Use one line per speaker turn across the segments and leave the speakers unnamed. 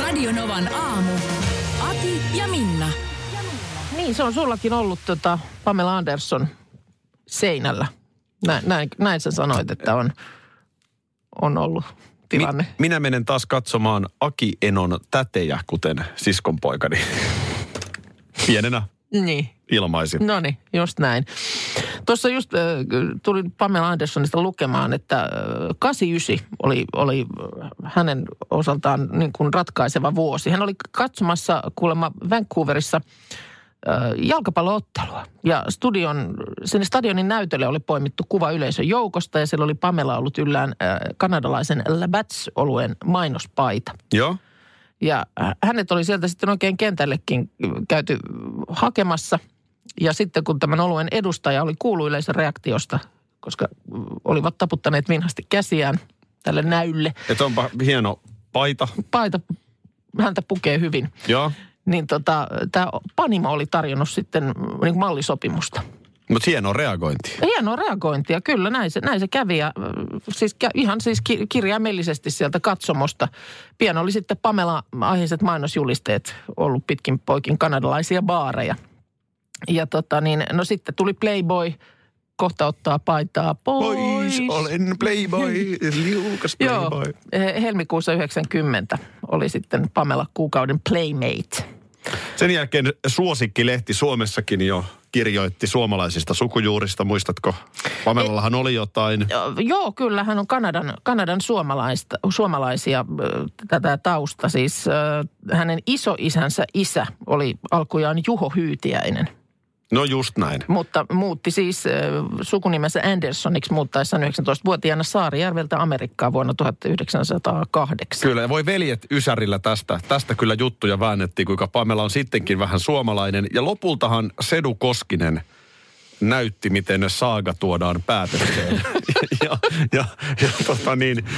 Radionovan aamu. Ati ja Minna.
Niin, se on sullakin ollut tota Pamela Anderson seinällä. Näin, näin, näin sä sanoit, että on, on ollut tilanne.
Mi- minä menen taas katsomaan Aki Enon tätejä, kuten siskonpoikani. Pienenä
niin,
ilmaisin.
no niin, just näin. Tuossa just äh, tulin Pamela Andersonista lukemaan, että äh, 89 oli, oli äh, hänen osaltaan niin kuin ratkaiseva vuosi. Hän oli katsomassa kuulemma Vancouverissa äh, jalkapalloottelua. Ja studion, sinne stadionin näytölle oli poimittu kuva yleisön joukosta ja siellä oli Pamela ollut yllään äh, kanadalaisen Labatt's-oluen mainospaita.
Joo.
Ja hänet oli sieltä sitten oikein kentällekin käyty hakemassa. Ja sitten kun tämän oluen edustaja oli kuullut yleisön reaktiosta, koska olivat taputtaneet vinhasti käsiään tälle näylle.
Että onpa hieno paita.
Paita häntä pukee hyvin.
Joo.
Niin tota, tämä Panimo oli tarjonnut sitten niin mallisopimusta.
Mutta hieno reagointi.
Hienoa reagointia, kyllä näin se, näin se kävi. Ja, äh, siis, kä- ihan siis ki- kirjaimellisesti sieltä katsomosta. Pian oli sitten Pamela-aiheiset mainosjulisteet ollut pitkin poikin kanadalaisia baareja. Ja tota niin, no sitten tuli Playboy, kohta ottaa paitaa pois.
Pois, olen playboy, liukas
Joo,
playboy.
eh, helmikuussa 90 oli sitten Pamela kuukauden Playmate.
Sen jälkeen suosikkilehti Suomessakin jo kirjoitti suomalaisista sukujuurista, muistatko? Pamelallahan oli jotain.
Ö, Joo, kyllä hän on Kanadan, Kanadan suomalaista, suomalaisia ö, tätä tausta. Siis ö, hänen isoisänsä isä oli alkujaan Juho Hyytiäinen,
No just näin.
mutta muutti siis ö, sukunimensä Andersoniksi muuttaessaan 19-vuotiaana Saarijärveltä Amerikkaan vuonna 1908.
Kyllä, ja voi veljet Ysärillä tästä. Tästä kyllä juttuja väännettiin, kuinka Pamela on sittenkin vähän suomalainen. Ja lopultahan Sedu Koskinen näytti, miten saaga tuodaan päätökseen. ja ja, ja tota niin, äh,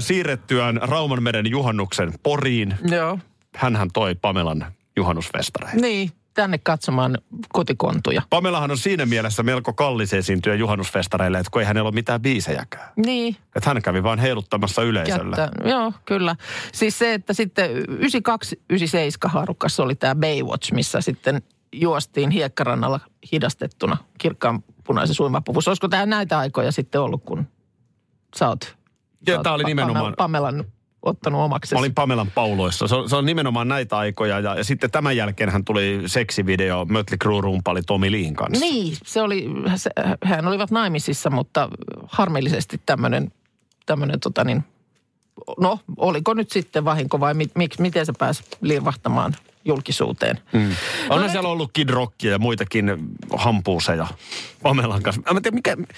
siirrettyään Raumanmeren juhannuksen Poriin,
Joo,
hänhän toi Pamelan juhannusfestareihin.
niin, tänne katsomaan kotikontuja.
Pamelahan on siinä mielessä melko kallis esiintyjä juhannusfestareille, että kun ei hänellä ole mitään biisejäkään.
Niin,
Että hän kävi vaan heiluttamassa yleisöllä.
Kättä. Joo, kyllä. Siis se, että sitten 92-97 haarukassa oli tämä Baywatch, missä sitten juostiin hiekkarannalla hidastettuna kirkkaan punaisen suimapuvussa. Olisiko tämä näitä aikoja sitten ollut, kun sä oot, sä
Ja
oot
tämä oli
Pa-
nimenomaan...
Pamela- Pamelan ottanut omaksi?
Mä olin Pamelan pauloissa. Se on, se on nimenomaan näitä aikoja. Ja, ja sitten tämän jälkeen hän tuli seksivideo Mötley Crue rumpali Tommy Leen kanssa.
Niin, se oli, se, hän olivat naimisissa, mutta harmillisesti tämmöinen, tämmöinen tota niin, no oliko nyt sitten vahinko vai mi, mik, miten se pääsi lirvahtamaan julkisuuteen? Mm.
Onhan no, siellä ollut Kid Rockia ja muitakin hampuuseja Pamelan kanssa. Mä en tiedä, mikä, mikä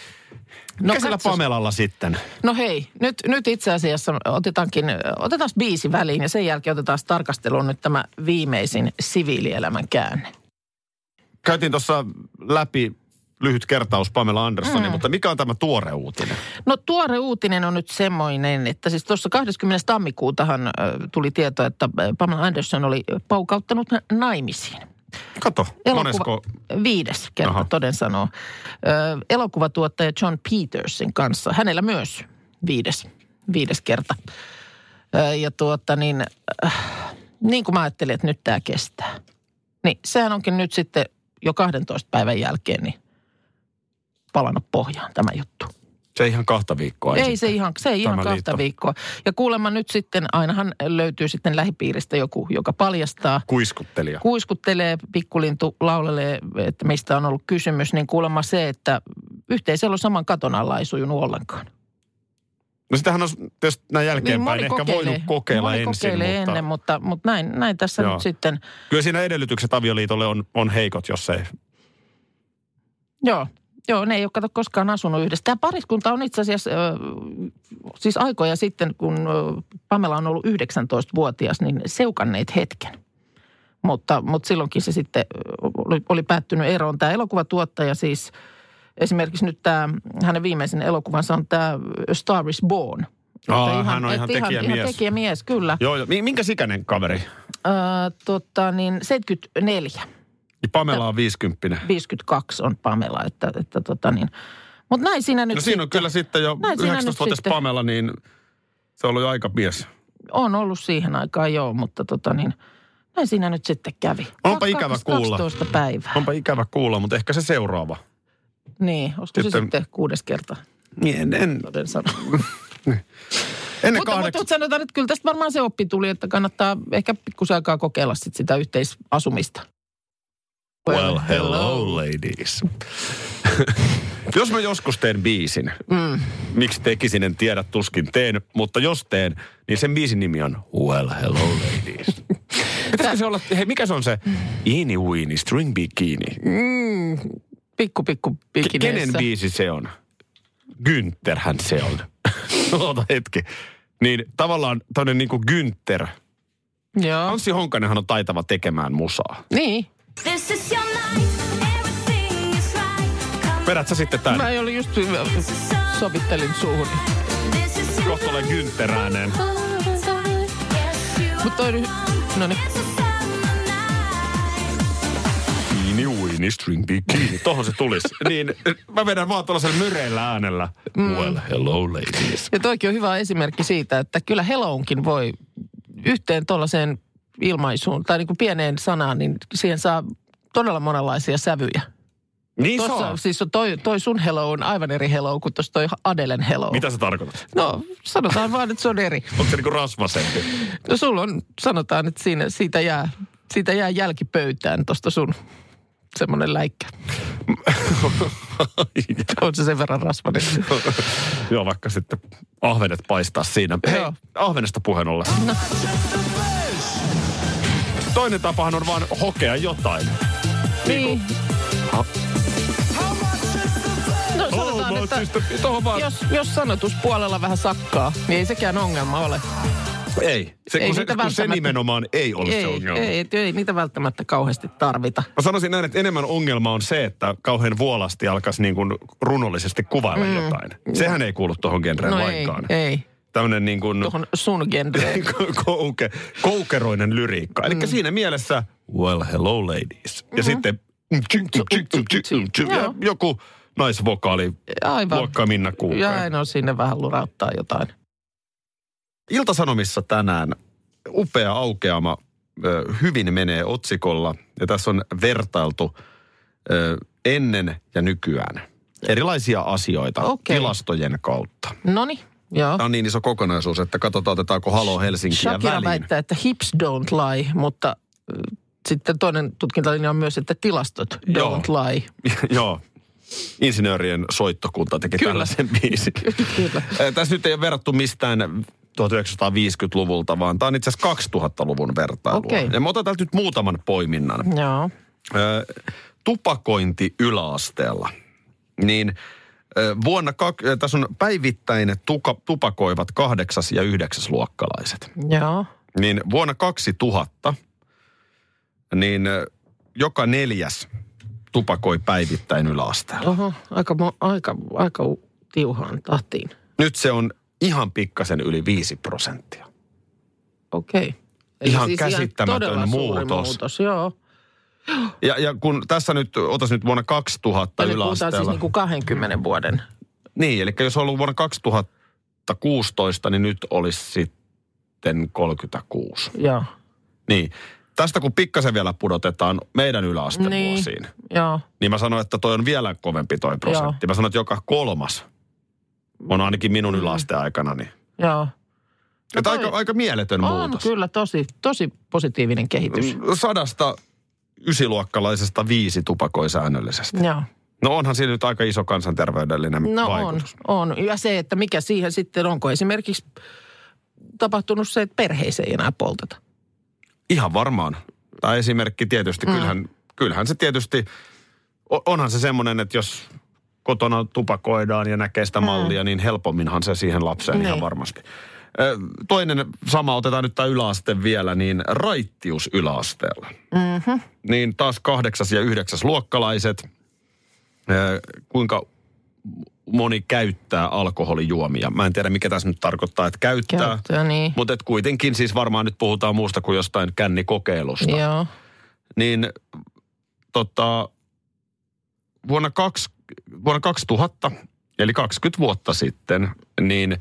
No,
sillä
katsos.
Pamelalla sitten?
No hei, nyt, nyt itse asiassa otetaankin, otetaan biisi väliin ja sen jälkeen otetaan tarkasteluun nyt tämä viimeisin siviilielämän käänne.
Käytiin tuossa läpi lyhyt kertaus Pamela Anderssonin, mm. mutta mikä on tämä tuore uutinen?
No tuore uutinen on nyt semmoinen, että siis tuossa 20. tammikuutahan ö, tuli tieto, että ö, Pamela Anderson oli paukauttanut na- naimisiin.
Kato, monesko...
Viides kerta,
Aha.
toden sanoo. Ö, elokuvatuottaja John Petersin kanssa. Hänellä myös viides, viides kerta. Ö, ja tuota niin, äh, niin kuin mä ajattelin, että nyt tämä kestää. Niin sehän onkin nyt sitten jo 12 päivän jälkeen niin palannut pohjaan tämä juttu.
Se ei ihan kahta viikkoa.
Ei se ihan, se ei ihan
Tämä
kahta
liitto.
viikkoa. Ja kuulemma nyt sitten, ainahan löytyy sitten lähipiiristä joku, joka paljastaa
Kuiskuttelija.
kuiskuttelee, pikkulintu laulelee, että mistä on ollut kysymys, niin kuulemma se, että yhteisellä saman katon alla ei sujunut ollenkaan.
No sitähän on tietysti näin jälkeenpäin
Niin, moni
ehkä voinut kokeilla
moni
ensin.
kokeilee
mutta...
ennen, mutta, mutta näin, näin tässä
Joo.
nyt sitten,
Kyllä siinä edellytykset avioliitolle on, on heikot, jos ei
joo. Joo, ne ei ole kato koskaan asunut yhdessä. Tämä pariskunta on itse asiassa, ö, siis aikoja sitten, kun ö, Pamela on ollut 19-vuotias, niin seukanneet hetken. Mutta, mutta silloinkin se sitten ö, oli, oli päättynyt eroon. Tämä elokuvatuottaja siis, esimerkiksi nyt tämä, hänen viimeisen elokuvansa on tämä A Star is Born.
Aa,
Että
hän on ihan
että
tekijämies.
Ihan tekijämies, kyllä.
Joo, joo. Mi- minkä sikäinen kaveri?
Ö, tota, niin 74.
Ja Niin Pamela on 50.
52 on Pamela, että, että tota niin. Mutta näin siinä nyt
No siinä on
sitten
kyllä sitten jo
Näin siinä nyt
19-vuotias
sitten.
Pamela, niin se on ollut jo aika mies.
on ollut siihen aikaan joo, mutta tota niin, näin siinä nyt sitten kävi.
Onpa
Kak-
ikävä
kaks-
kuulla.
12 päivää.
Onpa ikävä kuulla, mutta ehkä se seuraava.
Niin, olisiko se
Sitten-
sitten kuudes kerta,
Niin, En, en,
toden sanoa.
ennen
mutta, mutta
kahdeksan.
sanotaan, että kyllä tästä varmaan se oppi tuli, että kannattaa ehkä pikkusen aikaa kokeilla sit sitä yhteisasumista.
ladies. jos mä joskus teen biisin,
Mm.
miksi tekisin, en tiedä, tuskin teen, mutta jos teen, niin sen biisin nimi on Well, hello ladies. Pitäisikö se olla, hei mikä se on se? Iini Weini, String Bikini.
Mm. Pikku, pikku,
Ke-
pikineissä.
Kenen biisi se on? Güntherhän se on. Oota hetki. Niin tavallaan tämmönen niinku Günther.
Joo.
Anssi Honkanenhan on taitava tekemään musaa.
Niin.
This is your night. Everything is right. Come
Vedät sä sitten tän?
Mä olin just äh, sovittelin suuhun.
This is your
Kohta olen Günther ääneen.
Yes, you
Mutta toi nyt, no niin.
It's a summer night.
Iini uini string bikini. Tohon se tulis. niin mä vedän vaan tuollaisella myreillä äänellä. Well, hello ladies.
Ja toikin on hyvä esimerkki siitä, että kyllä helonkin voi yhteen tuollaiseen ilmaisuun tai niin kuin pieneen sanaan, niin siihen saa todella monenlaisia sävyjä.
Niin se
Tuossa,
on.
siis on toi, toi sun hello on aivan eri hello kuin tuossa toi Adelen hello.
Mitä sä tarkoitat?
No, sanotaan vaan, että se on eri.
Onko se niinku rasvasempi?
No sulla on, sanotaan, että siinä, siitä, jää, siitä jää jälki pöytään tuosta sun semmoinen läikkä. on se sen verran rasvainen.
Joo, vaikka sitten ahvenet paistaa siinä. Hei,
Joo.
ahvenesta puheen ollen. No. Toinen tapahan on vaan hokea jotain.
niin.
Ha-
No sanotaan,
mä oon
että...
siis te- tohon vaan...
jos, jos sanotuspuolella vähän sakkaa, niin ei sekään ongelma ole.
Ei. Se,
Ei
kun,
niitä
se, kun se
välttämättä-
nimenomaan ei ole
ei,
se ongelma.
ei, ei, ei niitä välttämättä kauheasti tarvita.
Mä sanoisin näin, että enemmän ongelma on se, että kauhean vuolasti alkaisi niin kuin runollisesti kuvailla mm. jotain. Sehän ei kuulu tuohon genreen
No ei,
lainkaan.
ei.
Tämmöinen niin kuin
Tuohon sun genreen.
kouke, koukeroinen lyriikka. Eli siinä mielessä, well hello ladies. Ja sitten mm, tsyk, tsyk, tsyk, tsyk, tsyk, tsyk, tsyk. Ja
Joo.
joku naisvokaali,
Aivan.
luokka Minna
Ja
Kuukka.
aina sinne vähän lurauttaa jotain.
Iltasanomissa tänään upea aukeama ö, hyvin menee otsikolla. Ja tässä on vertailtu ö, ennen ja nykyään erilaisia asioita
Okei.
tilastojen kautta.
Noni, No joo.
Tämä on niin iso kokonaisuus, että katsotaan otetaanko Halo Helsinkiä
Shakira
väliin.
väittää, että hips don't lie, mutta äh, sitten toinen tutkintalinja on myös, että tilastot don't
Joo.
lie.
Joo. Insinöörien soittokunta teki Kyllä. tällaisen biisin.
Kyllä.
Eh, Tässä nyt ei ole verrattu mistään 1950-luvulta, vaan tämä on itse asiassa 2000-luvun vertailua.
Okei.
Ja mä otan täältä nyt muutaman poiminnan.
Joo.
Ö, tupakointi yläasteella. Niin ö, vuonna, kak- ö, tässä on päivittäin tuka, tupakoivat kahdeksas ja yhdeksäs luokkalaiset.
Joo.
Niin vuonna 2000, niin ö, joka neljäs tupakoi päivittäin yläasteella.
Oho, aika, mo- aika, aika u- tiuhaan tahtiin.
Nyt se on ihan pikkasen yli 5 prosenttia.
Okei. siis
Ihan käsittämätön
todella suuri
muutos.
muutos. Joo.
Ja, ja kun tässä nyt, otas nyt vuonna 2000
Eli puhutaan
yläasteella.
siis niin kuin
Mm.
20 vuoden.
Niin, eli jos on ollut vuonna 2016, niin nyt olisi sitten 36.
Joo.
Niin. Tästä kun pikkasen vielä pudotetaan meidän yläastevuosiin, niin.
Joo.
niin mä sanoin, että toi on vielä kovempi toi prosentti. Joo. Mä sanoin, että joka kolmas on ainakin minun yläasteaikana. Niin.
Joo.
No toi...
Mm. toi-
aika, aika mieletön
On
muutos.
kyllä tosi, tosi positiivinen kehitys.
Sadasta ysiluokkalaisesta viisi tupakoi säännöllisesti.
Joo.
No onhan siinä nyt aika iso kansanterveydellinen
Niin. No
vaikutus.
on, on. Ja se, että mikä siihen sitten, onko esimerkiksi tapahtunut se, että perheissä ei enää polteta.
Ihan varmaan. Tämä esimerkki tietysti, mm. kyllähän, kyllähän se tietysti, o- onhan se semmoinen, että jos kotona tupakoidaan ja näkee sitä mallia, niin helpomminhan se siihen lapseen ihan
Niin.
varmasti. Ö, Toinen sama, otetaan nyt tämä yläaste vielä, niin raittius yläasteella. Mm-hmm. Niin taas kahdeksas ja yhdeksäs luokkalaiset, ö, kuinka moni käyttää alkoholijuomia. Mä en tiedä, mikä tässä nyt tarkoittaa, että käyttää.
Käyttöä, niin.
Mutta et kuitenkin siis varmaan nyt puhutaan muusta kuin jostain kännikokeilusta.
Joo.
Niin tota, vuonna, kaksi, vuonna 2000, eli 20 vuotta sitten, niin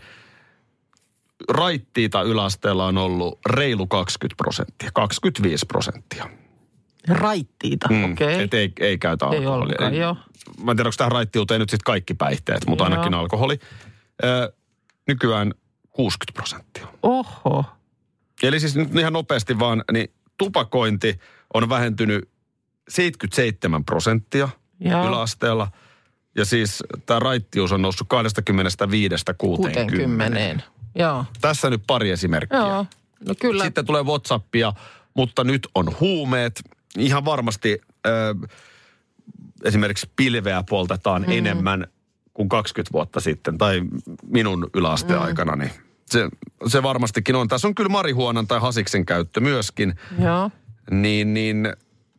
raittiita yläasteella on ollut reilu 20 prosenttia, 25 prosenttia.
Raittiita, mm, okei.
Et ei, ei käytä
Ei
alkoholia.
ollutkaan, joo.
Mä en tiedä, onko tähän raittiuteen nyt sitten kaikki päihteet, mutta
Joo.
ainakin alkoholi. Ö, nykyään 60 prosenttia.
Oho.
Eli siis nyt ihan nopeasti vaan, niin tupakointi on vähentynyt 77 prosenttia
Joo.
yläasteella. Ja siis tämä raittius on noussut 25-60.
60. Joo.
Tässä nyt pari esimerkkiä.
Joo. No kyllä.
Sitten tulee Whatsappia, mutta nyt on huumeet. Ihan varmasti ö, esimerkiksi pilveä poltetaan mm. enemmän kuin 20 vuotta sitten tai minun
Mm.
yläasteaikana. Niin se, se varmastikin on. Tässä on kyllä marihuonan tai hasiksen käyttö myöskin.
Joo.
Niin, niin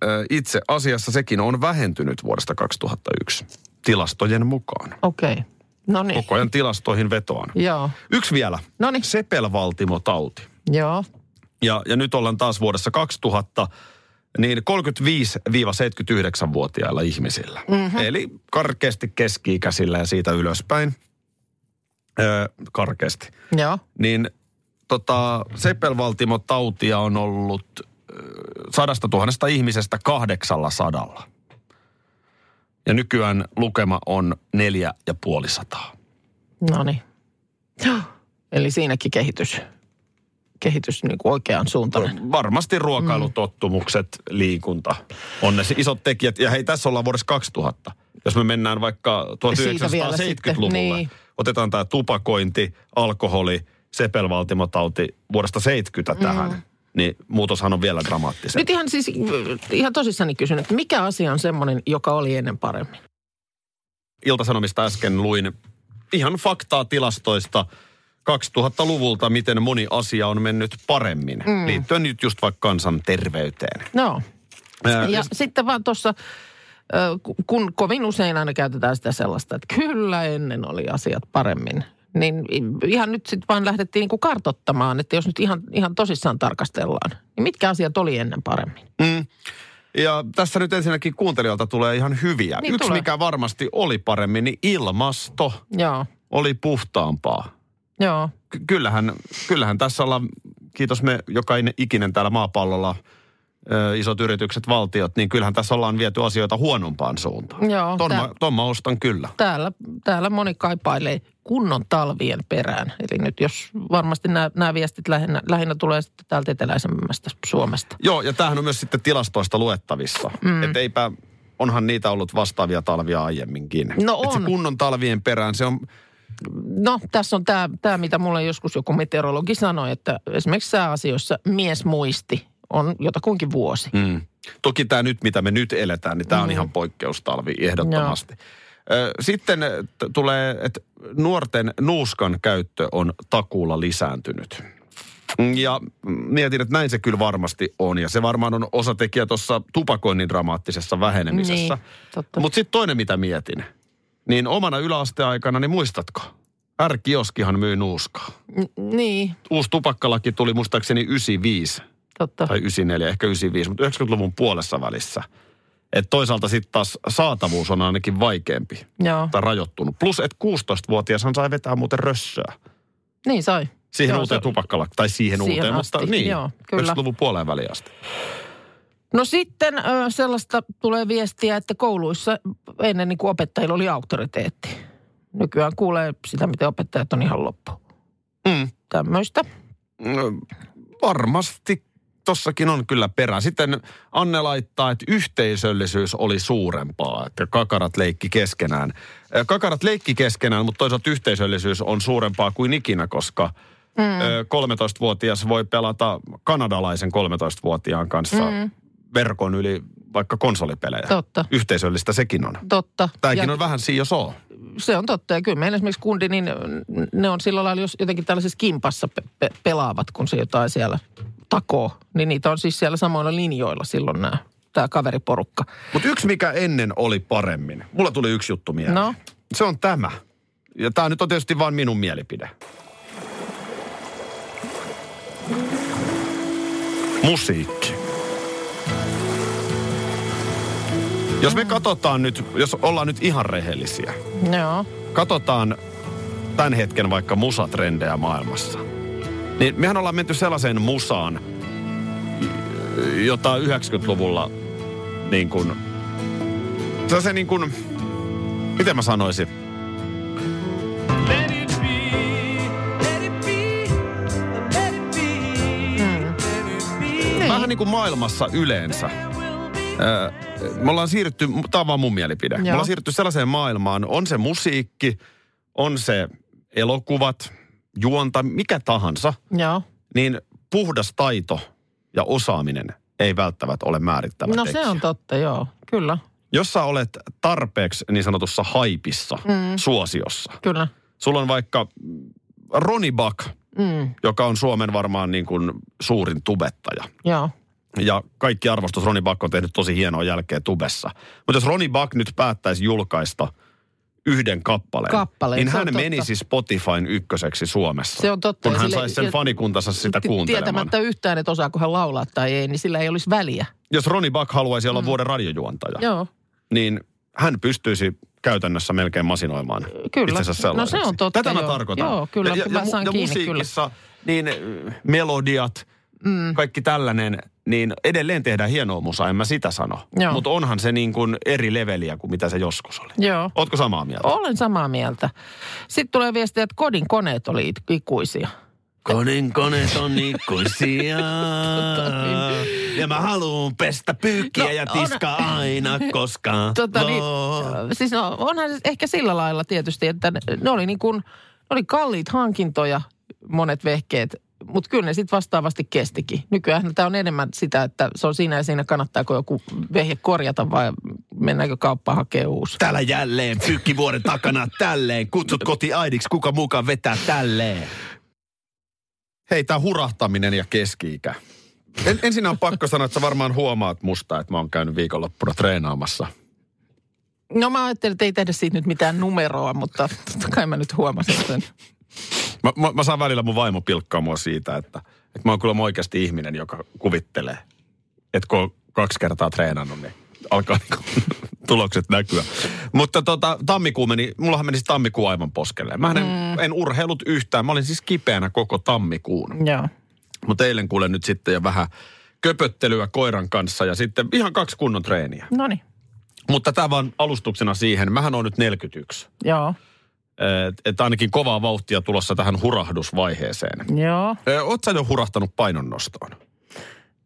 ö, itse asiassa sekin on vähentynyt vuodesta 2001 tilastojen mukaan.
Okei. Okay. No niin.
Koko ajan tilastoihin vetoan.
Joo.
Yksi vielä.
Noniin.
Sepelvaltimotauti.
Joo.
Ja, ja nyt ollaan taas vuodessa 2000, niin 35-79-vuotiailla ihmisillä. Mm-hmm. Eli karkeasti keski-ikäisillä ja siitä ylöspäin. Öö, karkeasti.
Joo.
Niin tota, sepelvaltimotautia on ollut öö, sadasta tuhannesta ihmisestä kahdeksalla sadalla. Ja nykyään lukema on neljä ja puoli sataa.
No niin. Eli siinäkin kehitys, kehitys niin kuin oikeaan
No.
suuntaan.
Varmasti ruokailutottumukset, liikunta on ne se isot tekijät. Ja hei, tässä ollaan vuodessa 2000. Jos me mennään vaikka
Siitä vielä sitten,
1970-luvulle,
niin.
niin. otetaan tämä tupakointi, alkoholi, sepelvaltimotauti vuodesta 70 tähän, niin muutoshan on vielä dramaattisempi.
Mm. Nyt ihan siis, ihan tosissani kysyn, että mikä asia on semmoinen, joka oli ennen paremmin?
Iltasanomista äsken luin ihan faktaa tilastoista 2000-luvulta, miten moni asia on mennyt paremmin, mm. liittyen nyt just vaikka kansanterveyteen.
No.
Ää,
Ja sitten vaan tuossa, ö, ku- kun kovin usein aina käytetään sitä sellaista, että kyllä ennen oli asiat paremmin. Niin i- ihan nyt sitten vaan lähdettiin niin kuin kartottamaan, että jos nyt ihan, ihan tosissaan tarkastellaan, niin mitkä asiat oli ennen paremmin?
Ja tässä nyt ensinnäkin kuuntelijoilta tulee ihan hyviä.
Niin
Yksi,
tulee.
mikä varmasti oli paremmin, niin ilmasto
Joo,
oli puhtaampaa.
joo.
Ky- kyllähän, kyllähän tässä ollaan, kiitos me jokainen ikinen täällä maapallolla, ö, isot yritykset, valtiot, niin kyllähän tässä ollaan viety asioita huonompaan suuntaan.
Joo,
ton,
tää-
mä, ton mä ostan kyllä.
täällä, täällä moni kaipailee kunnon talvien perään. Eli nyt jos varmasti nämä, nämä viestit lähinnä, lähinnä tulee sitten täältä eteläisemmästä Suomesta.
Joo, ja tämähän on myös sitten tilastoista luettavissa. Mm. Että eipä, onhan niitä ollut vastaavia talvia aiemminkin.
No
Et se
on.
kunnon talvien perään, se on,
No tässä on tämä, tämä, mitä mulle joskus joku meteorologi sanoi, että esimerkiksi sääasioissa miesmuisti on jotakuinkin vuosi.
Mm. Toki tämä nyt, mitä me nyt eletään, niin
Mm.
tämä on ihan poikkeustalvi ehdottomasti. Ö, Sitten ö, t- tulee, että nuorten nuuskan käyttö on takuulla lisääntynyt. Mm, Ja mm, mietin, että näin se kyllä varmasti on. Ja se varmaan on osatekijä tuossa tupakoinnin dramaattisessa vähenemisessä.
Niin, totta.
Mutta sitten toinen, mitä mietin. Niin omana yläasteaikana, niin muistatko? R-kioskihan myi nuuskaa.
N- niin,
Uusi tupakkalaki tuli muistaakseni 95
totta.
tai 94, ehkä 95, mutta 90-luvun puolessa välissä. Et toisaalta sitten taas saatavuus on ainakin vaikeampi
Joo.
tai rajoittunut. Plus, että 16-vuotiashan sai vetää muuten rössöä.
Niin sai.
Siihen
Joo,
uuteen
se-
tupakkalak, tai siihen,
Siihen
uuteen,
asti,
mutta niin,
joo, kyllä.
90-luvun puoleen väliin asti.
No sitten ö, sellaista tulee viestiä, että kouluissa ennen niin kuin opettajilla oli auktoriteetti. Nykyään kuulee sitä, miten opettajat on ihan loppu.
Mm.
Tämmöistä.
No, Varmasti tossakin on kyllä perä. Sitten Anne laittaa, että yhteisöllisyys oli suurempaa, että kakarat leikki keskenään. Ö, Kakarat leikki keskenään, mutta toisaalta yhteisöllisyys on suurempaa kuin ikinä, koska
Mm.
ö, 13-vuotias voi pelata kanadalaisen 13-vuotiaan kanssa verkon yli vaikka konsolipelejä.
Mm. Totta.
Yhteisöllistä sekin on.
Totta.
Tämäkin
Ja-
on vähän siinä jos on.
se on totta. Ja kyllä meillä esimerkiksi kundi, niin ne on sillä lailla jos jotenkin tällaisessa kimpassa pe- pe- pelaavat, kun se jotain siellä takoo. Niin niitä on siis siellä samoilla linjoilla silloin nämä, tämä kaveriporukka.
Mutta yksi, mikä ennen oli paremmin. Mulla tuli yksi juttu mieleen.
No?
Se on tämä. Ja tämä nyt on tietysti vain minun mielipide. Musiikki. Jos me katsotaan nyt, jos ollaan nyt ihan rehellisiä.
Joo.
Katsotaan tämän hetken vaikka musatrendejä maailmassa. Niin mehän ollaan menty sellaiseen musaan, jota 90-luvulla niin kuin, se niin kuin, miten mä sanoisin? Vähän niin kuin maailmassa yleensä. Öö, me ollaan siirrytty, tämä on vaan mun mielipide. Me
Joo.
ollaan siirrytty sellaiseen maailmaan, on se musiikki, on se elokuvat, juonta, mikä tahansa,
Joo.
niin puhdas taito ja osaaminen ei välttämättä ole määrittävä
No
tekijä.
se on totta, joo. Kyllä,
Jos sä olet tarpeeksi niin sanotussa haipissa, mm. suosiossa,
kyllä.
sulla on vaikka mm, Roni Buck,
Mm,
joka on Suomen varmaan niin kuin suurin tubettaja.
joo.
Ja kaikki arvostus, Roni Buck on tehnyt tosi hienoa jälkeä tubessa. Mutta jos Roni Buck nyt päättäisi julkaista yhden kappaleen,
Kappaleen,
niin
se on
hän
totta.
menisi Spotifyn ykköseksi Suomessa.
Se on totta.
Kun
Ja
hän
sille-
saisi sen
ja-
fanikuntansa sitä
Ti-
kuuntelemaan.
Tietämättä yhtään, että osaako hän laulaa tai ei, niin sillä ei olisi väliä.
Jos Roni Buck haluaisi olla vuoden radiojuontaja,
Mm. Joo,
niin hän pystyisi käytännössä melkein masinoimaan
Kyllä.
itsensä sellaiseksi.
No se on totta,
Tätä mä
joo.
tarkoitan.
Joo, kyllä,
Ja, ja,
mä
ja,
saan
ja
kiinni,
musiikissa niin äh, melodiat, mm. kaikki tällainen, niin edelleen tehdään hienoa musaa, en mä sitä sano.
Joo.
Mutta onhan se niin kuin eri leveliä kuin mitä se joskus oli.
joo.
Ootko samaa mieltä?
Olen samaa mieltä. Sitten tulee viestiä, että kodin koneet oli it- ikuisia.
Konin koneet on ikuisia.
Tota
ja mä haluun pestä pyykkiä
No, ja tiskaa
aina koskaan.
Tota, niin, siis no, onhan se ehkä sillä lailla tietysti, että ne, ne oli niin kuin, ne oli kalliit hankintoja, monet vehkeet, mutta kyllä ne sitten vastaavasti kestikin. Nykyään tämä on enemmän sitä, että se on siinä ja siinä kannattaako joku vehje korjata vai mennäänkö kauppaan hakemaan uusi.
Täällä jälleen, pyykkivuoren takana tälleen. Kutsut koti aidiksi, kuka mukaan vetää tälleen. Hei, tää hurahtaminen ja keski-ikä. En, ensin on pakko sanoa, että sä varmaan huomaat musta, että mä oon käynyt viikonloppuna treenaamassa.
No mä ajattelin, että ei tehdä siitä nyt mitään numeroa, mutta totta kai mä nyt huomasin sen.
Mä, mä, mä saan välillä mun vaimo pilkkaa mua siitä, että, että mä oon kyllä oikeasti ihminen, joka kuvittelee, että kun on kaksi kertaa treenannut, niin alkaa niinku tulokset näkyä. Mutta tota, tammikuu meni, mullahan meni siis tammikuu aivan poskelleen. Mä en, mm. en urheilut yhtään, mä olin siis kipeänä koko tammikuun.
Joo.
Mutta eilen kuulen nyt sitten jo vähän köpöttelyä koiran kanssa ja sitten ihan kaksi kunnon treeniä.
No niin.
Mutta tämä vaan alustuksena siihen, mähän on nyt 41.
Joo.
Että ainakin kovaa vauhtia tulossa tähän hurahdusvaiheeseen.
Joo.
Ö, Oot sä jo hurahtanut painonnostoon?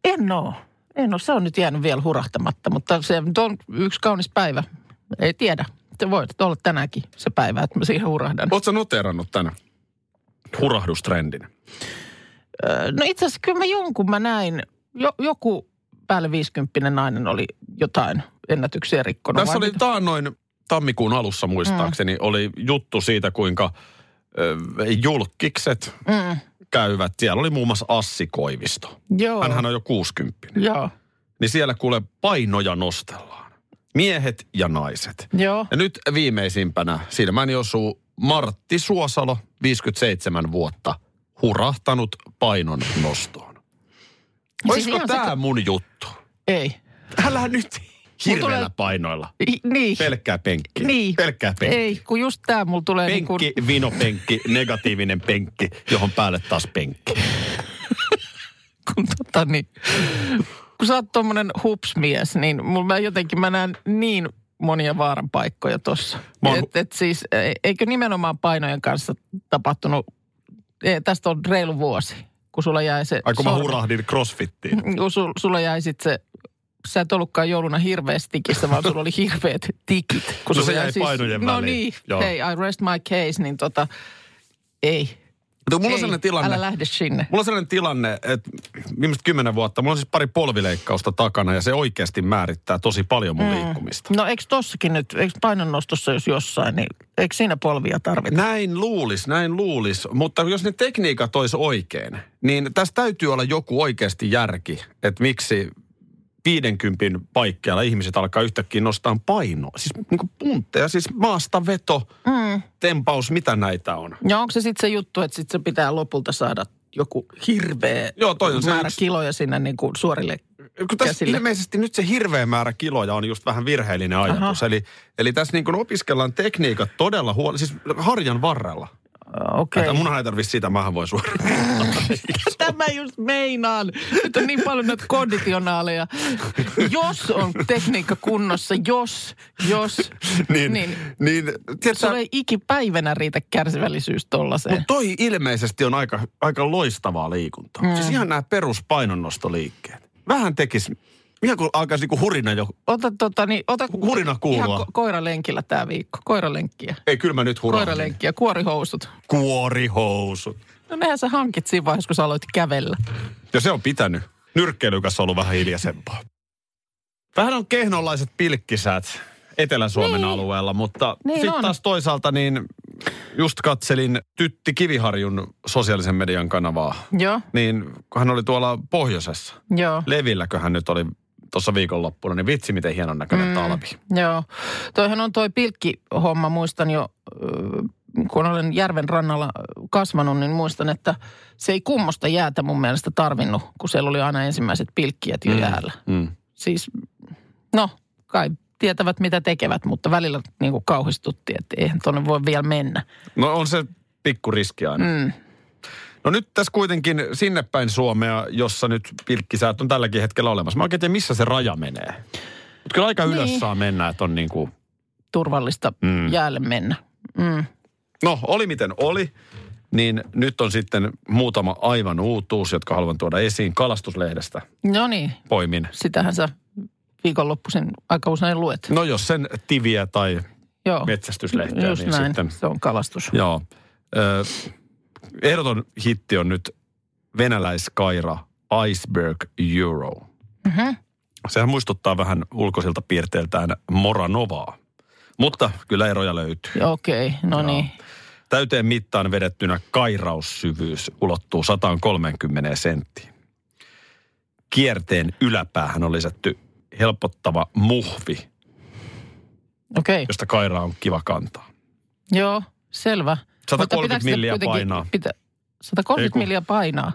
En oo. En oo. Se on nyt jäänyt vielä hurahtamatta, mutta se nyt on yksi kaunis päivä. Ei tiedä. Se voi olla tänäänkin se päivä, että mä siihen hurahdan.
Oot sä noteerannut tänä hurahdustrendin?
Öö, No itse asiassa kyllä mä jonkun mä näin. Jo, joku päälle 50 nainen oli jotain ennätyksiä rikkonut.
Tässä
vai
oli
mitä?
taannoin tammikuun alussa muistaakseni, mm. oli juttu siitä, kuinka ö, julkikset
Mm.
käyvät. Siellä oli muun muassa Assi Koivisto.
Joo.
Hänhän on jo 60.
Joo.
niin siellä kuule painoja nostellaan. Miehet ja naiset.
Joo.
Ja nyt viimeisimpänä silmäni osuu Martti Suosalo, 57 vuotta, hurahtanut painon nostoon. Olisiko
siis ihan se-
tämä mun juttu?
Ei.
Älä nyt hirveillä
tulee-
painoilla.
I, niin.
Pelkkää penkkiä.
Niin.
Pelkkää penkkiä.
Ei, kun just tää mulla tulee niin kuin...
Penkki, vinopenkki, negatiivinen penkki, johon päälle taas penkki.
kun, tota, niin, kun sä oot tommonen hupsmies, niin mulla mä jotenkin mä näen niin monia vaaran paikkoja tossa.
Mä oon-
Et, et siis, e- eikö nimenomaan painojen kanssa tapahtunut, e, tästä on reilu vuosi, kun sulla jäi se...
Ai kun mä
sormi-
hurahdin crossfittiin.
Kun sul, sulla jäi sit se, sä et ollutkaan jouluna hirveässä tikissä, vaan sulla oli hirveät tikit. Kun
No
sulla siis-
se jäi painojen
No
väliin.
niin,
Joo.
hei, I rest my case, niin tota, ei.
Mutta mulla
Ei,
on sellainen tilanne.
Älä lähde sinne.
Mulla on sellainen tilanne, että viimeiset kymmenen vuotta, mulla on siis pari polvileikkausta takana ja se oikeasti määrittää tosi paljon mun mm. liikkumista.
No eikö tossakin nyt, eikö painonnostossa jos jossain, niin eikö siinä polvia tarvita?
Näin luulis, näin luulis. Mutta jos ne tekniikat olisi oikein, niin tässä täytyy olla joku oikeasti järki, että miksi 50 paikkeilla ihmiset alkaa yhtäkkiä nostaa painoa. Siis niin kuin puntteja, siis maasta veto, mm. tempaus, mitä näitä on.
Ja onko se sitten se juttu, että sitten se pitää lopulta saada joku hirveä
Joo, toi on se
määrä
yksi-
kiloja sinne niin kuin suorille
Kun tässä
käsille?
ilmeisesti nyt se hirveä määrä kiloja on just vähän virheellinen ajatus. Eli, eli tässä niin kuin opiskellaan tekniikat todella huolella, siis harjan varrella.
Äh, Okei.
Okay. Munhan ei tarvitse sitä, mähän voin suoraan.
Tämä just meinaan. Nyt on niin paljon näitä konditionaaleja. Jos on tekniikka kunnossa, jos, jos,
niin, niin,
Niin.
niin tiedätkö,
Sulla ei ikipäivänä riitä kärsivällisyys tollaiseen.
Mutta toi ilmeisesti on aika, aika loistavaa liikuntaa. Mm. Siis ihan nämä peruspainonnostoliikkeet. Vähän tekis, ihan kun alkaisi niinku hurina jo.
Ota, tota, niin, ota
Hurina kuulua.
Ihan ko- koiralenkillä tämä viikko. Koiralenkkiä.
Ei, kyllä mä nyt huraan.
Koiralenkkiä, kuorihousut.
Kuorihousut.
No nehän sä hankit siinä vaiheessa, kun sä aloit kävellä.
Ja se on pitänyt. Nyrkkeilykäs on ollut vähän hiljaisempaa. Vähän on kehnonlaiset pilkkisäät Etelä-Suomen niin. alueella, mutta
Niin
sitten
on.
taas toisaalta niin just katselin Tytti Kiviharjun sosiaalisen median kanavaa.
Joo,
Niin kun hän oli tuolla pohjoisessa.
joo.
Levilläkö hän nyt oli tuossa viikonloppuna, niin vitsi miten hienon näköinen mm. talvi.
Joo. Toihan on toi pilkkihomma, muistan jo, ö, kun olen järven rannalla kasvanut, niin muistan, että se ei kummosta jäätä mun mielestä tarvinnut, kun siellä oli aina ensimmäiset pilkkijät jo mm. jäällä.
Mm.
Siis, no, kai tietävät mitä tekevät, mutta välillä niin kuin kauhistutti, että eihän tuonne voi vielä mennä.
No on se pikku riski aina. Mm. No nyt tässä kuitenkin sinne päin Suomea, jossa nyt pilkkisäät on tälläkin hetkellä olemassa. Mä oikein tiedän, missä se raja menee. Mutta kyllä aika ylös
Niin.
saa mennä, että on niin kuin...
Turvallista mm. jäälle mennä. Mm.
No, oli miten oli. Niin nyt on sitten muutama aivan uutuus, jotka haluan tuoda esiin kalastuslehdestä
No niin,
poimin.
sitähän sä viikonloppuisin aika usein luet.
No jos sen tiviä tai...
Joo.
metsästyslehteä,
Just
niin
näin.
sitten-
se on kalastus.
Joo. Ö, ehdoton hitti on nyt venäläiskaira Iceberg Euro. Mm-hmm. Sehän muistuttaa vähän ulkoisilta piirteiltään Moranovaa. Mutta kyllä eroja löytyy.
Okei, okay, no niin.
Täyteen mittaan vedettynä kairaussyvyys ulottuu 130 senttiin. Kierteen yläpäähän on lisätty helpottava muhvi,
Okei, okay.
josta kairaa on kiva kantaa.
joo, selvä.
130
Mutta pitääkö
milliä
sitä kuitenkin-
painaa.
Pitä,
Ei
130
kun-
milliä painaa.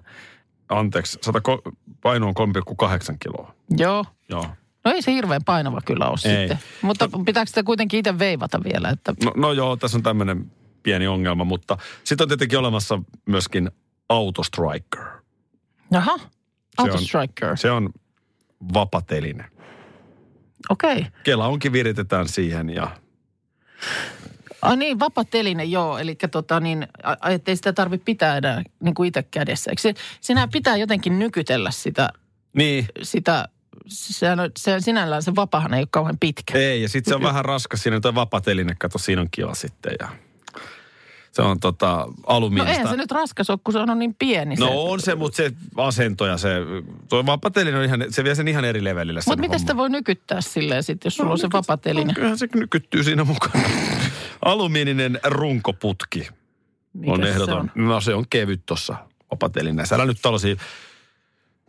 Anteeksi, 100, ko- paino on 3,8 kiloa.
Joo.
Joo.
No ei se hirveän painava kyllä ole
Ei.
sitten. Mutta pitääkö sitä kuitenkin itse veivata vielä? Että,
No, no joo, tässä on tämmöinen pieni ongelma, mutta sitten on tietenkin olemassa myöskin autostriker.
jaha,
on-
autostriker.
Se on vapateline.
Okei. Okay.
Kela onkin viritetään siihen ja
Ah niin, vapateline, joo. Eli tota niin, a- a- ettei sitä tarvitse pitää enää niin kuin itse kädessä. Eikö se, sinä pitää jotenkin nykytellä sitä,
niin.
sitä sehän, on- se, sinällään se vapahan ei ole kauhean pitkä.
Ei, ja sitten se on vähän raskas siinä, tuo vapateline, kato, siinä on kiva sitten ja se on tota
no
alumiinista.
eihän se nyt raskas ole, kun se on niin pieni.
no
se,
on se, mutta se asento ja se, tuo vapateline on ihan, se vie sen ihan eri levelille sen
Mutta miten
homman.
sitä voi nykyttää silleen sitten, jos sulla on se vapateline?
No, kyllähän se nykyttyy siinä mukana. Alumiininen runkoputki.
Mikä
on
se
ehdoton.
on?
Se on? No se on kevyt tuossa opatelinässä. Älä nyt tällaisia... Mä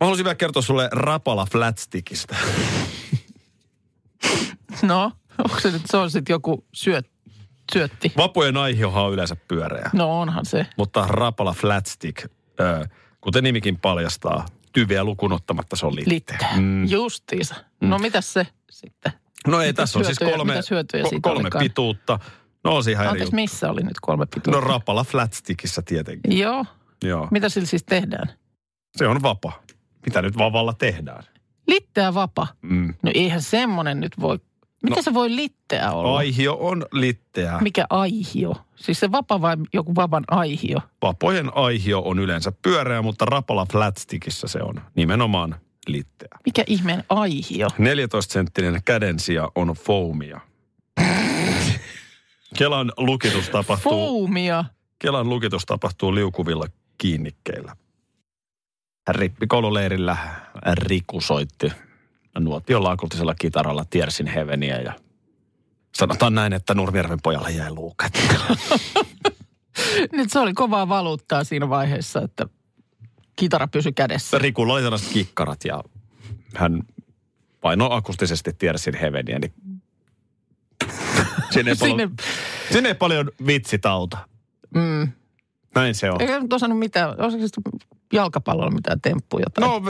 haluaisin vielä kertoa sulle Rapala Flatstickistä.
No, onko se nyt, se on sitten joku syöt, syötti?
Vapojen aihiohan on yleensä pyöreä,
No onhan se.
mutta Rapala Flatstick, ö, kuten nimikin paljastaa, tyveä lukuun ottamatta se on litte.
Litte. Mm. Justiinsa. No
Mm.
mitäs se sitten?
No ei,
Mitäs
tässä on siis
hyötyjä-
kolme,
mitäs hyötyjä
ko-
siitä
kolme
olikaan?
pituutta. No on siinä ihan eri
Anteeksi,
juttu.
missä oli nyt kolme pituutta?
No Rapala Flatstickissä tietenkin.
Joo.
Joo.
Mitä sillä siis tehdään?
Se on vapa. Mitä nyt vavalla tehdään?
Litteä vapa.
Mm.
No eihän semmonen nyt voi... Mitä
No.
no. se voi litteä olla?
Aihio on litteä.
Mikä aihio? Siis se vapa vai joku vapan aihio?
Vapojen aihio on yleensä pyöreä, mutta Rapala Flatstickissä se on nimenomaan litteä.
Mikä ihmeen aihio?
14-senttinen kädensija on foamia. Kelan lukitus tapahtuu
Foomia.
Kelan lukitus tapahtuu liukuvilla kiinnikkeillä.
Rippikoululeirillä Riku soitti nuotiolaakultisella kitaralla Tiersin Heaveniä ja
Sanotaan näin, että Nurmijärven pojalle jäi luukat.
Nyt se oli kovaa valuuttaa siinä vaiheessa, että kitara pysyi kädessä.
Rikulla oli sellaiset kiikkarit.
Karat ja
Hän painoi akustisesti Tiersin Heaveniä, niin sinne ei
Sinne,
paljon, sinne ei paljon vitsitauta.
mm,
Näin se on.
eikä nyt osannut mitään, osaako se jalkapallolla mitään temppuja? Tai...
No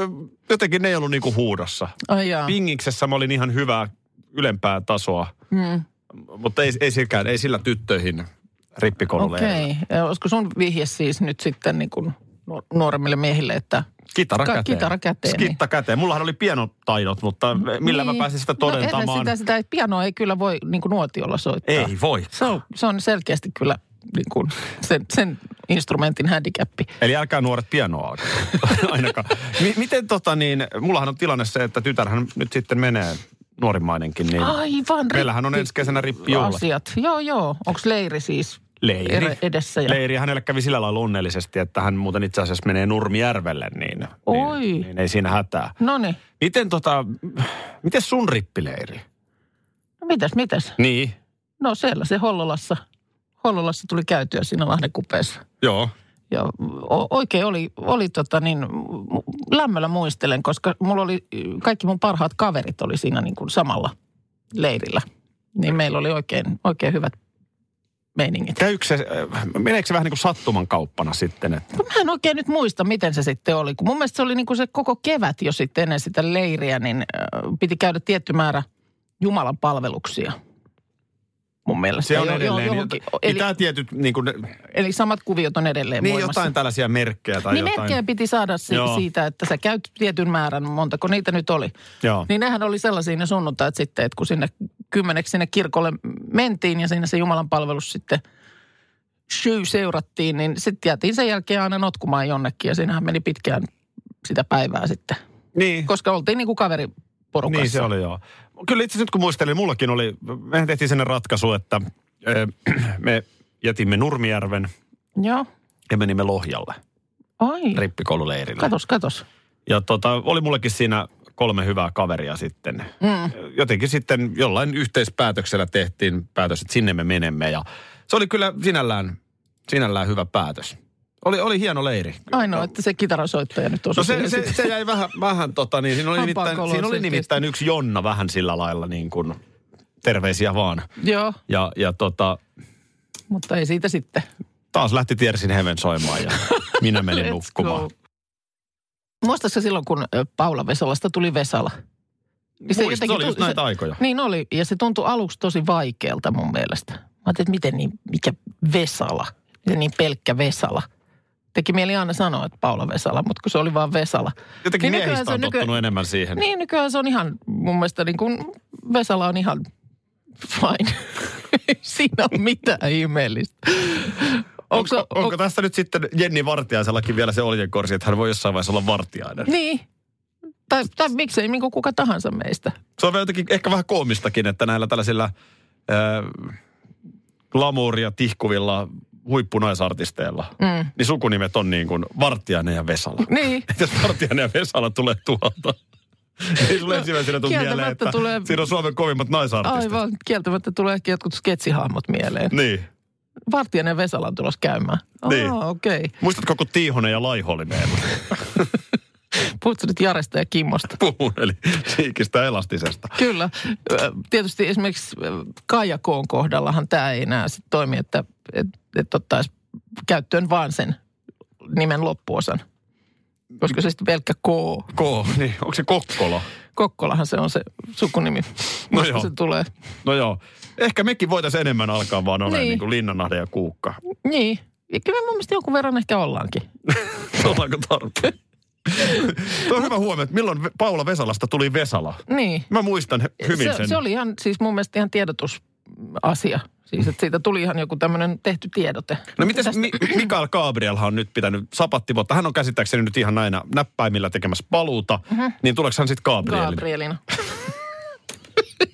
jotenkin ne ei ollut niinku huudossa.
Ai jaa.
Pingiksessä mä olin ihan hyvää ylempää tasoa,
Mm,
mutta ei, ei, silläkään, ei sillä tyttöihin rippikoululeirillä.
Okei. Okay. Olisiko sun vihje siis nyt sitten niin kuin nu- nuoremmille miehille, että
Kitara
Ka-
käteen.
kitara käteen, niin-
Skitta käteen. Mullahan oli pienotaidot, mutta millä niin. mä pääsin sitä
No, eihän
todentamaan?
sitä, sitä ei- pianoa ei kyllä voi niin kuin nuotiolla soittaa.
Ei voi.
Se on, se on selkeästi kyllä niin kuin sen, sen instrumentin handicappi.
Eli älkää nuoret pianoa alkaa. ainakaan. M- miten tota niin, mullahan on tilanne se, että tytärhän nyt sitten menee nuorimmainenkin, niin
Aivan.
meillähän on
rippi-
ensi kesänä rippijuhlat.
Asiat. Joo, joo. Onko leiri siis
Leiri.
ere- edessä? Ja...
Leiri hänelle kävi sillä lailla onnellisesti, että hän muuten itse asiassa menee Nurmijärvelle, niin,
Oi.
niin, niin ei siinä hätää.
No niin.
Miten tota, miten sun rippileiri?
No Mitäs, mitäs?
Niin,
No siellä se Hollolassa. Hollolassa tuli käytyä siinä Lahden kupeessa.
joo.
Ja o- oikein oli, oli tota niin, m- lämmöllä muistelen, koska mulla oli, kaikki mun parhaat kaverit oli siinä niin kuin samalla leirillä. Niin meillä oli oikein, oikein hyvät meiningit.
Käykö se, äh, meneekö se vähän niin kuin sattuman kauppana sitten, että
No Mä en oikein nyt muista, miten se sitten oli. Kun mun mielestä se oli niin kuin se koko kevät jo sitten ennen sitä leiriä, niin äh, piti käydä tietty määrä Jumalan palveluksia. Mun mielestä.
se on
Jo- jo-
edelleen.
johonkin-
eli,
eli,
mitä tietyt, niin, kuin, ne-
eli samat kuviot on edelleen
niin
voimassa.
jotain tällaisia merkkejä tai
niin
jotain.
merkkejä piti saada si-
Joo.
siitä, että sä käyt tietyn määrän, montako niitä nyt oli.
Joo.
Niin nehän oli sellaisia ne sunnuntait sitten, että kun sinne kymmeneksi sinne kirkolle mentiin ja siinä se Jumalan palvelus sitten syy seurattiin, niin sitten jäätiin sen jälkeen aina notkumaan jonnekin ja siinähän meni pitkään sitä päivää sitten.
Niin.
Koska oltiin niin kuin kaveriporukassa.
Niin se oli joo. Kyllä itse asiassa nyt kun muistelin, mullakin oli, mehän tehtiin sellainen ratkaisu, että ö, me jätimme Nurmijärven
Joo.
ja menimme Lohjalle
Ai,
rippikoululeirille.
katos, katos.
Ja tota, oli mullekin siinä kolme hyvää kaveria sitten. Mm. Jotenkin sitten jollain yhteispäätöksellä tehtiin päätös, että sinne me menemme. Ja se oli kyllä sinällään, sinällään hyvä päätös. Oli, oli hieno leiri.
Ainoa, että se kitarasoittaja nyt
No
osui.
se,
siihen
se,
sitten.
se jäi vähän, vähän tota niin, siinä oli
Hampaan
nimittäin,
koloon
siinä oli
selkeästi.
nimittäin yksi Jonna vähän sillä lailla niin kuin, terveisiä vaan.
Joo,
Ja, ja tota,
mutta ei siitä sitten.
taas lähti Tiersin Heaven soimaan ja minä menin nukkumaan.
Muistatko silloin, kun ö, Paula Vesalasta tuli Vesala? Niin
Muistan, se oli just
tu-
näitä aikoja.
Niin oli, ja se tuntui aluksi tosi vaikealta mun mielestä. Mä ajattelin, että miten niin, mikä Vesala, miten niin pelkkä Vesala. Teki mieli aina sanoa, että Paula Vesala, mutta kun se oli vaan Vesala.
Jotenkin
nykyään
miehistä
se
Niin on
nyky-
tottunut enemmän siihen.
Niin nykyään se on ihan, mun mielestä niin kuin Vesala on ihan fine. Ei Siinä on mitään ihmeellistä. Onko,
Onko, onko tässä nyt sitten Jenni Vartiaisellakin vielä se oljenkorsi, että hän voi jossain vaiheessa olla vartiainen?
Niin. Tai, tai miksei niin kuin kuka tahansa meistä.
Se on vielä jotenkin ehkä vähän koomistakin, että näillä tällaisilla äh, glamouria tihkuvilla huippunaisartisteilla, mm. niin sukunimet on niin kuin Vartiainen ja Vesala.
Niin.
Et Jos Vartiainen ja Vesala tulee tuolta, niin sulle
No,
ensimmäisenä tulee mieleen,
kieltämättä
että tulee...
tulee-
siinä on Suomen kovimmat naisartistit.
Aivan, kieltämättä tulee ehkä jotkut sketsihahmot mieleen.
Niin.
Vartijainen Vesala on tulossa käymään.
Niin.
Oh, okei. Okay.
Muistatko, kun Tiihonen ja Laiho oli meillä?
Puhutko nyt Jaresta ja Kimmosta?
Puhun, eli siikistä elastisesta.
Kyllä. Ö, Tietysti esimerkiksi ö, Kaija Koon kohdallahan tämä ei enää sit toimi, että et, et ottaisi käyttöön vaan sen nimen loppuosan. Koska se sitten pelkkä K.
Ko, niin. Onko se Kokkola?
Kokkolahan se on se sukunimi,
No
mistä
joo.
se tulee.
No joo. Ehkä mekin voitaisiin enemmän alkaa vaan olemaan niin.
Niin.
niin kuin Linnanahde ja Kuukka.
Niin. Ja kyllä me mun mielestä jonkun verran ehkä ollaankin.
Ollaanko tarpeen? Tuo on hyvä huomio, että milloin Ve- Paula Vesalasta tuli Vesala.
Niin.
Mä muistan he- hyvin
se,
sen.
se oli ihan, siis mun mielestä ihan tiedotusasia. Siis että siitä tuli ihan joku tämmöinen tehty tiedote.
No mites Mi- Mikael Gabrielhan on nyt pitänyt sapatti, mutta hän on käsittääkseni nyt ihan näinä näppäimillä tekemässä paluuta. Niin tuleeko hän sitten Gabrielin?
Gabrielina.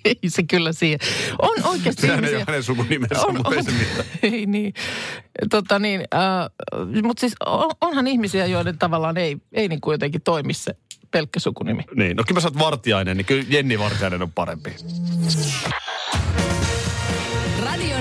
ei se kyllä siihen. On oikeasti
Sehän ei
ihmisiä-
ole hänen sukunimensä, mutta ei se mitään.
ei niin. Tota niin, äh, mutta siis on, onhan ihmisiä, joiden tavallaan ei, ei niin kuin jotenkin toimi se pelkkä sukunimi.
Niin, no kyllä sä oot vartiainen, niin kyllä Jenni Vartiainen on parempi.
Radio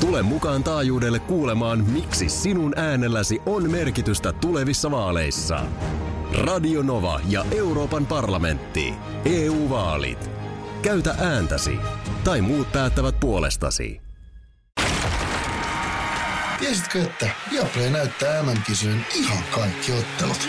Tule mukaan taajuudelle kuulemaan, miksi sinun äänelläsi on merkitystä tulevissa vaaleissa. Radio Nova ja Euroopan parlamentti. EU-vaalit. Käytä ääntäsi. Tai muut päättävät puolestasi.
Tiesitkö, että Viaplay näyttää MM-kisojen ihan kaikki ottelut?